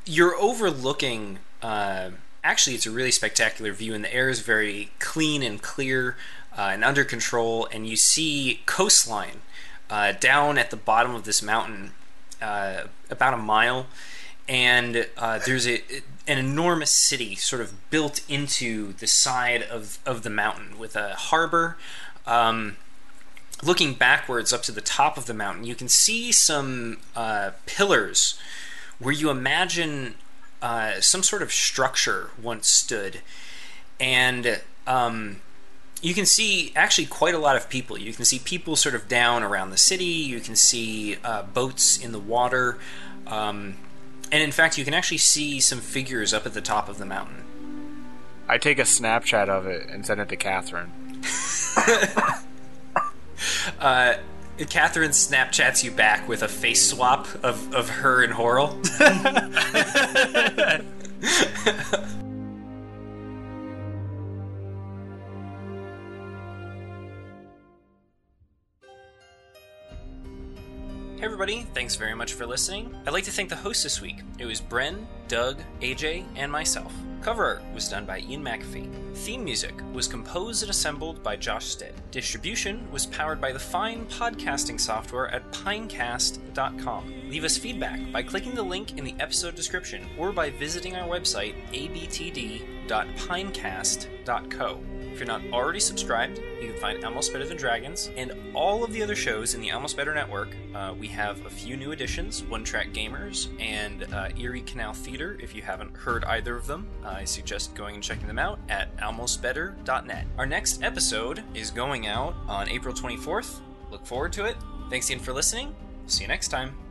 [SPEAKER 1] you're overlooking. Uh, actually, it's a really spectacular view, and the air is very clean and clear uh, and under control. And you see coastline uh, down at the bottom of this mountain, uh, about a mile, and uh, there's a an enormous city sort of built into the side of of the mountain with a harbor. Um, looking backwards up to the top of the mountain, you can see some uh, pillars where you imagine uh, some sort of structure once stood, and um, you can see actually quite a lot of people. You can see people sort of down around the city. You can see uh, boats in the water, um, and in fact, you can actually see some figures up at the top of the mountain.
[SPEAKER 3] I take a Snapchat of it and send it to Catherine.
[SPEAKER 1] Uh, Catherine Snapchats you back with a face swap of, of her and Horrell. Hey everybody, thanks very much for listening. I'd like to thank the hosts this week. It was Bren, Doug, AJ, and myself. Cover art was done by Ian McAfee. Theme music was composed and assembled by Josh Stead. Distribution was powered by the fine podcasting software at pinecast.com. Leave us feedback by clicking the link in the episode description or by visiting our website abtd.pinecast.co. If you're not already subscribed, you can find Almost Better Than Dragons and all of the other shows in the Almost Better Network. Uh, we have a few new additions One Track Gamers and uh, Erie Canal Theater. If you haven't heard either of them, I suggest going and checking them out at almostbetter.net. Our next episode is going out on April 24th. Look forward to it. Thanks again for listening. See you next time.